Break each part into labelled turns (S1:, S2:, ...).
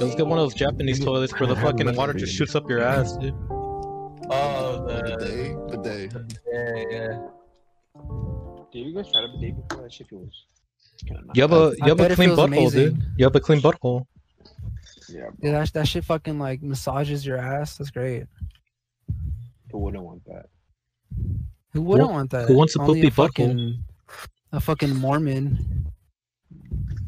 S1: Let's get one of those Japanese toilets where the fucking water just shoots up your ass, dude.
S2: Oh, the
S3: Bidet, bidet.
S2: yeah, yeah.
S4: Did you guys try to be before that shit was?
S1: You have a
S5: I
S1: you have
S5: bet
S1: a
S5: it
S1: clean
S5: feels
S1: butthole,
S5: amazing.
S1: dude. You have a clean butthole.
S4: Yeah,
S5: Dude, that, that shit fucking like massages your ass. That's great.
S4: who wouldn't want that?
S5: Who wouldn't want that?
S1: who wants a
S5: Only
S1: poopy butthole?
S5: fucking, A fucking Mormon.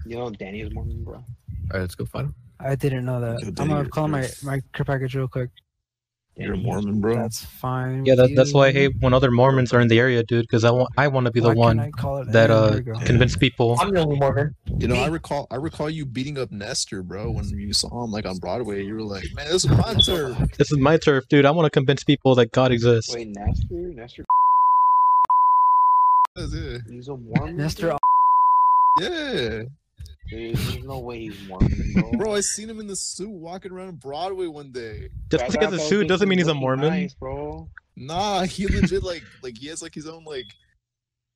S4: You know, Danny's Mormon, bro.
S6: All right, let's go find him.
S5: I didn't know that.
S3: Dude,
S5: I'm gonna
S3: you're-
S5: call my
S3: you're-
S5: my care package real quick.
S3: You're a Mormon, bro.
S5: That's fine.
S1: Yeah,
S5: with
S1: that, that's why I
S5: you.
S1: hate when other Mormons are in the area, dude. Because I want I want to be the
S5: Why can't
S1: one
S5: I call it
S1: that
S5: Anne?
S1: uh
S5: There you go.
S1: convince people.
S2: I'm the only Mormon.
S3: You know, I recall, I recall you beating up Nestor, bro. When you saw him like on Broadway, you were like, "Man, this is my turn."
S1: This is my turf, dude. I want to convince people that God exists.
S4: Wait, Nestor? Nestor?
S3: That's it.
S4: He's a Mormon?
S5: Nestor
S4: bro?
S3: Yeah,
S4: Dude, there's no way he's Mormon, bro.
S3: bro. I seen him in the suit walking around Broadway one day.
S1: Just
S4: I
S1: because
S4: thought
S1: the
S4: those
S1: suit
S4: things
S1: doesn't mean he's a
S4: look
S1: Mormon.
S4: Nice, bro.
S3: Nah, he legit like like he has like his own like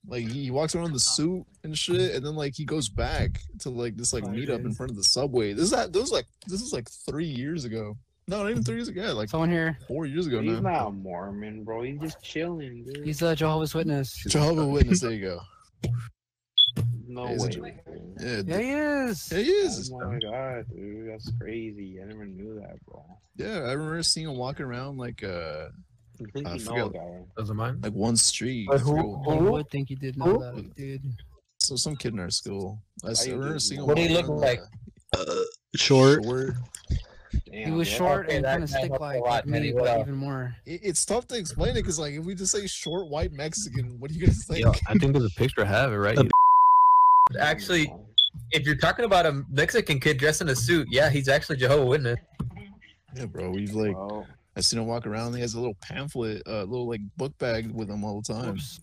S3: like he walks around in the suit and shit, and then like he goes back to like this like
S5: Oh,
S3: meetup in
S5: yes.
S3: front of the subway. This is that this is like this is like three years ago. No, not even three years ago. Yeah, like
S5: Someone here.
S3: four years ago
S4: He's
S3: now.
S4: not a Mormon, bro. He's just chilling, dude.
S5: He's a Jehovah's Witness.
S3: Jehovah Witness. There you go.
S4: no
S3: he's a
S4: way.
S3: Jew.
S4: dude.
S3: Yeah,
S5: Yeah,
S3: yeah,
S5: he is.
S3: yeah he is.
S4: Oh my god, dude, that's crazy. I never knew that, bro.
S3: Yeah, I remember seeing him walking around like uh
S4: You think
S3: I
S4: you know,
S3: forgot-
S4: guy?
S6: Doesn't mind.
S3: like one street.
S2: But
S3: I forget
S2: who-
S3: what-
S5: I would think you did know that, dude.
S3: So some kid in our school. I s-
S4: Why
S3: I
S4: you
S3: remember
S4: didn't
S3: seeing
S4: know?
S3: him.
S2: What do you
S3: walking around,
S2: look like?
S3: uh,
S1: Short.
S4: Damn,
S5: He was
S4: yeah.
S5: short
S2: Okay,
S5: and
S2: that-
S5: kind of
S2: that
S5: stick
S2: helps a
S5: like,
S2: lot,
S5: like me,
S2: Manny.
S5: but
S2: What else?
S5: even more.
S3: It, it's tough to explain it because like if we just say short white Mexican, what are you gonna think?
S6: Yo, I think there's a picture. I have it right.
S1: A
S6: here.
S2: Actually, if you're talking about a Mexican kid dressed in a suit, yeah, he's actually Jehovah Witness.
S3: Yeah, bro. We've like
S4: Bro,
S3: I've seen him walk around. He has a little pamphlet, a little like book bag with him all the time.
S5: Oops.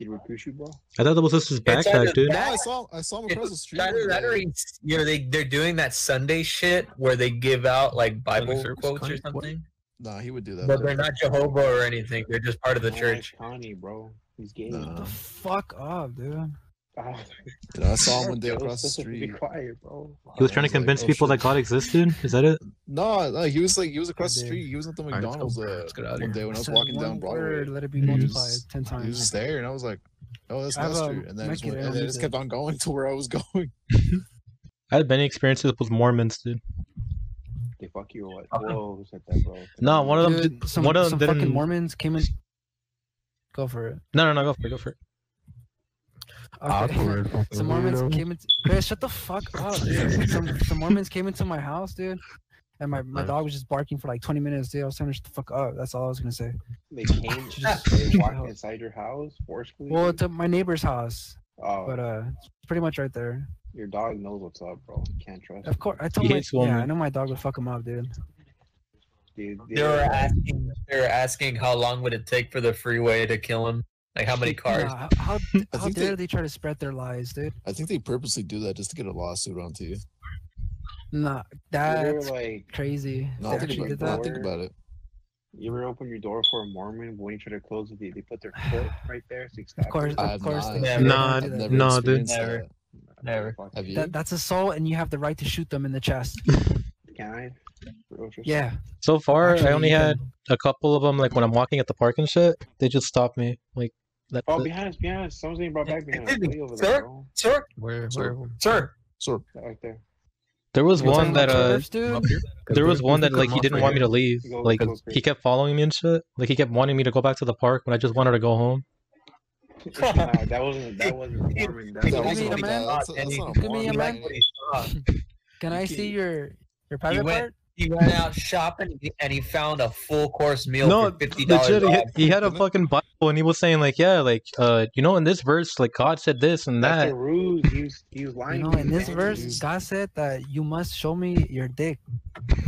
S4: did recruit you, bro?
S1: I thought that was just his
S2: It's either
S1: backpack, dude.
S3: No,
S2: that-
S3: I saw I saw him across the street.
S2: Either
S3: one
S2: that or
S3: day.
S2: he's, you know, they they're doing that Sunday shit where they give out like Bible
S6: service
S2: quotes or
S6: kind of- what?
S2: something,
S3: Nah, he would do that.
S2: but they're not Jehovah or anything. They're just part of the
S4: Orange
S2: church.
S4: County, bro. He's gay.
S3: Nah.
S5: The fuck up, dude.
S4: Ah,
S3: Dude, I saw him one day
S4: Joe's
S3: across the
S4: supposed to Be
S3: street.
S4: quiet, bro.
S1: He was
S3: I
S1: trying to
S3: was like,
S1: convince
S3: oh,
S1: people
S3: shit.
S1: that God existed. Is that it?
S3: No, no, he was like he was across the
S5: Goddamn.
S3: street. He was at the
S6: Alright, let's go.
S3: McDonald's uh,
S6: Let's get out of
S3: one
S6: here.
S3: day when I was
S5: Said
S3: walking down
S5: one
S3: Broadway.
S5: word, let it be
S3: He was-
S5: multiplied ten
S3: He was
S5: times.
S3: just there, and I was like, "Oh, that's
S5: I have
S3: Nestor,"
S5: a
S3: and then I just,
S5: Mexican
S3: went, and then I just
S5: relative.
S3: kept on going to where I was going.
S1: I had many experiences with Mormons, dude.
S4: They fuck you or what? Whoa, who said that, bro?
S1: No, one of them.
S5: Dude,
S1: did-
S5: some
S1: one of
S5: some
S1: them.
S5: fucking Mormons came in. Go for it.
S1: No, no, no. Go for it. Go for it.
S5: Okay.
S2: Ah,
S6: Awkward. fucking
S5: Some Mormons
S6: weirdo.
S5: came into Chris, shut the fuck up. dude. Some, some Mormons came into my house, dude, and my, my
S6: Nice.
S5: dog was just barking for like 20 minutes, dude. I was telling her shut the fuck up. That's all I was gonna say.
S4: They came,
S5: Just-
S4: they walked inside your house forcefully.
S5: Well, it's at my neighbor's house,
S4: oh,
S5: but uh, it's pretty much right there.
S4: your dog knows what's up, bro. You can't trust.
S5: Of course, I told
S1: He
S5: my
S1: hates
S5: yeah, I
S1: women.
S5: know my dog would fuck him up, dude.
S4: Dude,
S2: They were asking. They were asking how long would it take for the freeway to kill him? Like how many cars?
S5: Nah,
S3: I
S5: how how
S3: think
S5: dare
S3: they-
S5: they... try to spread their lies, dude?
S3: I think they purposely do that just to get a lawsuit onto you.
S5: Nah,
S4: you ever
S5: that's
S4: like,
S5: crazy.
S3: No,
S5: they
S3: think
S5: actually
S3: about,
S5: did
S3: it, bro.
S5: that.
S3: think about it.
S4: you ever open your door for a Mormon when you try to close it? They, they put their foot right there. So you stop
S5: Of course,
S4: it.
S3: I
S5: of
S3: have
S5: course.
S3: not.
S5: they-
S2: Yeah,
S5: they
S1: nah,
S5: don't do
S3: I've
S5: that.
S3: never
S1: No, dude.
S3: experienced
S2: Never.
S3: that.
S2: Never.
S4: Fuck
S3: Have you?
S5: That, that's assault, and you have the right to shoot them in the chest.
S4: Can I? Real shit.
S5: Yeah.
S1: So far, I
S5: Actually,
S1: only
S5: you
S1: had a couple of them. Like when I'm walking at the park and shit, they just stop me. Like that's
S4: Oh,
S1: it.
S4: behind us, behind us. Someone's getting brought back behind us.
S2: Excuse me,
S4: Way over
S2: sir?
S4: there, bro.
S2: Sir,
S6: Where?
S3: So-
S6: Where?
S2: sir.
S3: So
S4: That Right there.
S1: There was
S5: You're
S1: one
S5: talking about
S1: that uh,
S5: curves, dude?
S6: Up here? 'Cause
S1: there
S6: we-
S1: was
S6: we
S1: one
S6: could
S1: that like
S6: come
S1: he
S6: off
S1: didn't
S6: right
S1: want me
S6: here.
S1: to leave.
S4: You go
S1: Like
S4: close,
S1: he
S4: please.
S1: kept following me and shit. Like he kept wanting me to go back to the park when I just wanted to go home.
S4: no, that wasn't. That wasn't Mormon. That
S2: Hey,
S3: that
S2: give
S3: was
S5: me
S3: not-
S5: the man.
S3: that's, that's
S2: Give
S3: not a
S5: me the
S3: Mormon
S5: man.
S3: thing.
S5: Can I see your your private
S2: went-
S5: part?
S2: He went out shopping and he found a full course meal
S1: No,
S2: for fifty
S1: Legit, he,
S2: dollars.
S1: he had a
S3: Mhm.
S1: fucking Bible and he was saying like, yeah, like uh, you know, in this verse, like God said this and
S4: That's a
S1: that.
S4: ruse. He was, he was
S5: You
S4: lying.
S5: know,
S4: to
S5: in this
S4: man.
S5: verse, God said that you must show me your dick.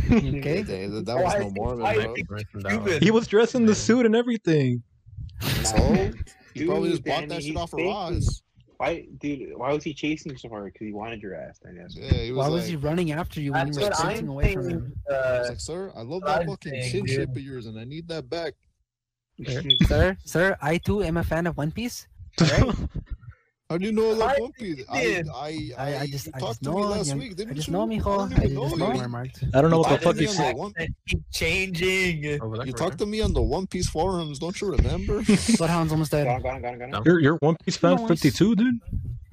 S3: Hey,
S5: Okay.
S3: That, that was no
S2: Why-
S3: Mormon,
S2: why-
S3: bro.
S6: Right from down.
S2: Stupid.
S1: He was dressed in the suit and everything.
S3: So he
S4: Dude,
S3: probably just bought
S4: Danny,
S3: that shit
S4: he's
S3: off of
S4: faking.
S3: Roz.
S4: Why, dude? Why was he chasing you so hard? Because he wanted your ass. I guess.
S3: Yeah, he was
S5: Why
S3: like,
S5: was he running after you when
S2: That's
S5: you were
S2: what
S5: facing
S2: I'm
S5: away from
S2: saying.
S5: him?
S3: he was
S2: Uh,
S3: like, sir, I love
S2: That's
S3: that
S2: what I'm
S3: fucking
S2: saying,
S3: chin
S2: dude.
S3: chip of yours, and I need that back.
S5: Sir, sir, I too am a fan of One Piece.
S3: How do you know La
S2: Hi,
S3: Pompi? I,
S2: Indian.
S3: I, I,
S5: I, I just,
S3: you
S5: I
S3: talked
S5: just
S3: to
S5: know,
S3: me last
S5: young-
S3: week, didn't
S5: I just
S3: you?
S5: know, mijo.
S3: I
S5: I
S3: didn't
S5: just
S3: know
S5: know,
S3: you.
S5: Mark.
S1: I don't know what
S3: Why
S1: the
S3: does
S1: fuck
S3: he
S1: you
S3: have
S1: said.
S3: that one-
S2: That keep changing.
S6: Over
S3: You talked to me on the One Piece forums, don't you remember?
S5: Bloodhound's almost
S4: Got
S5: dead.
S4: him, got him, got him, got him.
S6: No.
S1: You're, you're One Piece fan
S5: Nice.
S1: 52, dude?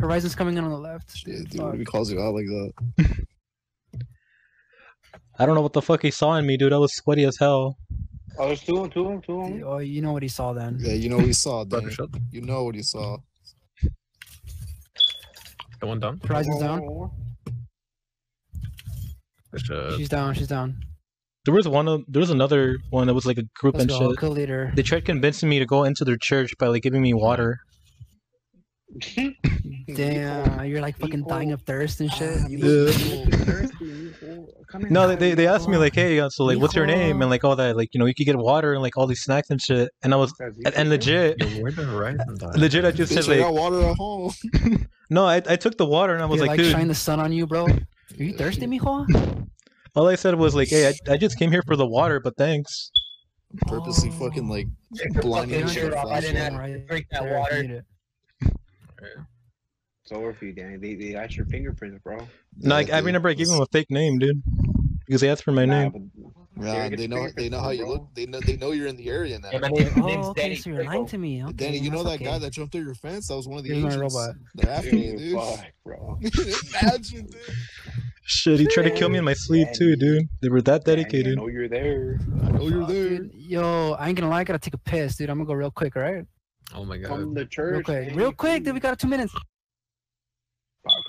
S5: Horizon's coming in on the left.
S3: Shit,
S5: Dude,
S3: dude, what
S5: fuck.
S3: if he calls you out like that?
S1: I don't know what the fuck he saw in me, dude. I was sweaty as hell.
S4: Oh, there's two of them, two of them, two of them.
S5: Oh, you know what he saw then.
S3: Yeah, you know what he saw,
S6: Fucker,
S3: Dan.
S6: shut the-
S3: You know what he saw.
S6: That one down.
S5: Horizon's
S4: One more,
S5: oh, down.
S4: one more.
S6: Just, uh,
S5: She's down. She's down.
S1: There was one. Of, there was another one that was like a group
S5: Let's
S1: and
S5: go.
S1: shit.
S5: I'll kill leader.
S1: They tried convincing me to go into their church by like giving me water.
S5: Damn, you're like fucking dying of thirst and shit.
S4: Ah,
S3: Yeah.
S4: Mijo, you're thirsty, Mijo. Come
S1: No, they
S4: inside,
S1: they, they asked me
S4: Mijo.
S1: like, hey, uh, so like, what's your
S5: Nico.
S1: name and like all that. Like, you know, you could get water and like all these snacks and shit. And I was
S4: Guys, you
S1: and, and
S4: see this?
S1: legit,
S6: yo, where the horizon die?
S1: legit, I just said
S3: Bitch, I
S1: like,
S3: got water at home.
S1: no, I I took the water and I was
S5: Dude,
S1: like, dude.
S5: shine the sun on you, bro. Are you thirsty, mijo?
S1: All I said was like, hey, I, I just came here for the water, but thanks.
S3: Purposely
S5: Oh.
S3: fucking like
S2: Take the
S3: Blinding
S2: fucking
S3: you with
S2: shirt
S3: a
S2: off. I didn't have
S5: Right
S2: to drink that
S5: there,
S2: water.
S5: need it.
S4: It's over for you, Danny. They, they got your fingerprints, bro.
S1: No, I, I
S3: Yeah, dude,
S1: remember I gave
S3: it's-
S1: him a fake name, dude, because he asked for my
S4: Nah,
S1: name.
S4: but
S3: Yeah,
S4: gotta get
S3: they
S4: your
S3: know they
S4: fingerprints
S3: know how
S4: on,
S3: you
S4: bro.
S3: look. They know they know you're in the area now.
S2: Yeah, my name, my name's
S5: Oh, okay,
S2: Danny.
S5: so you're lying to me. Okay,
S3: Danny, you know
S5: that's
S3: that guy
S5: okay.
S3: that jumped through your fence? That was one of the
S5: Here's my
S3: agents.
S5: robot.
S3: They're after you,
S4: dude,
S3: dude.
S4: fuck, bro.
S3: Imagine, dude.
S1: Shit, he tried to kill me in my sleep too, dude. They were that
S4: Danny, I
S1: dedicated.
S4: know you're there.
S3: I know you're
S5: Fuck,
S3: there.
S5: dude. Yo, I ain't gonna lie, I gotta take a piss, dude. I'm gonna go real quick, all right?
S6: Oh my god.
S4: From the church.
S5: Real quick,
S4: Danny,
S5: real quick, dude. We
S4: please.
S5: got two minutes.
S4: Fuck,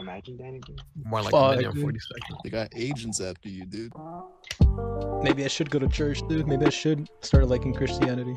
S4: imagine Danny. dude.
S6: More like
S1: Fuck,
S6: a minute and
S1: dude.
S6: 40 seconds.
S3: They got agents after you, dude.
S1: Maybe I should go to church, dude. Maybe I should start liking Christianity.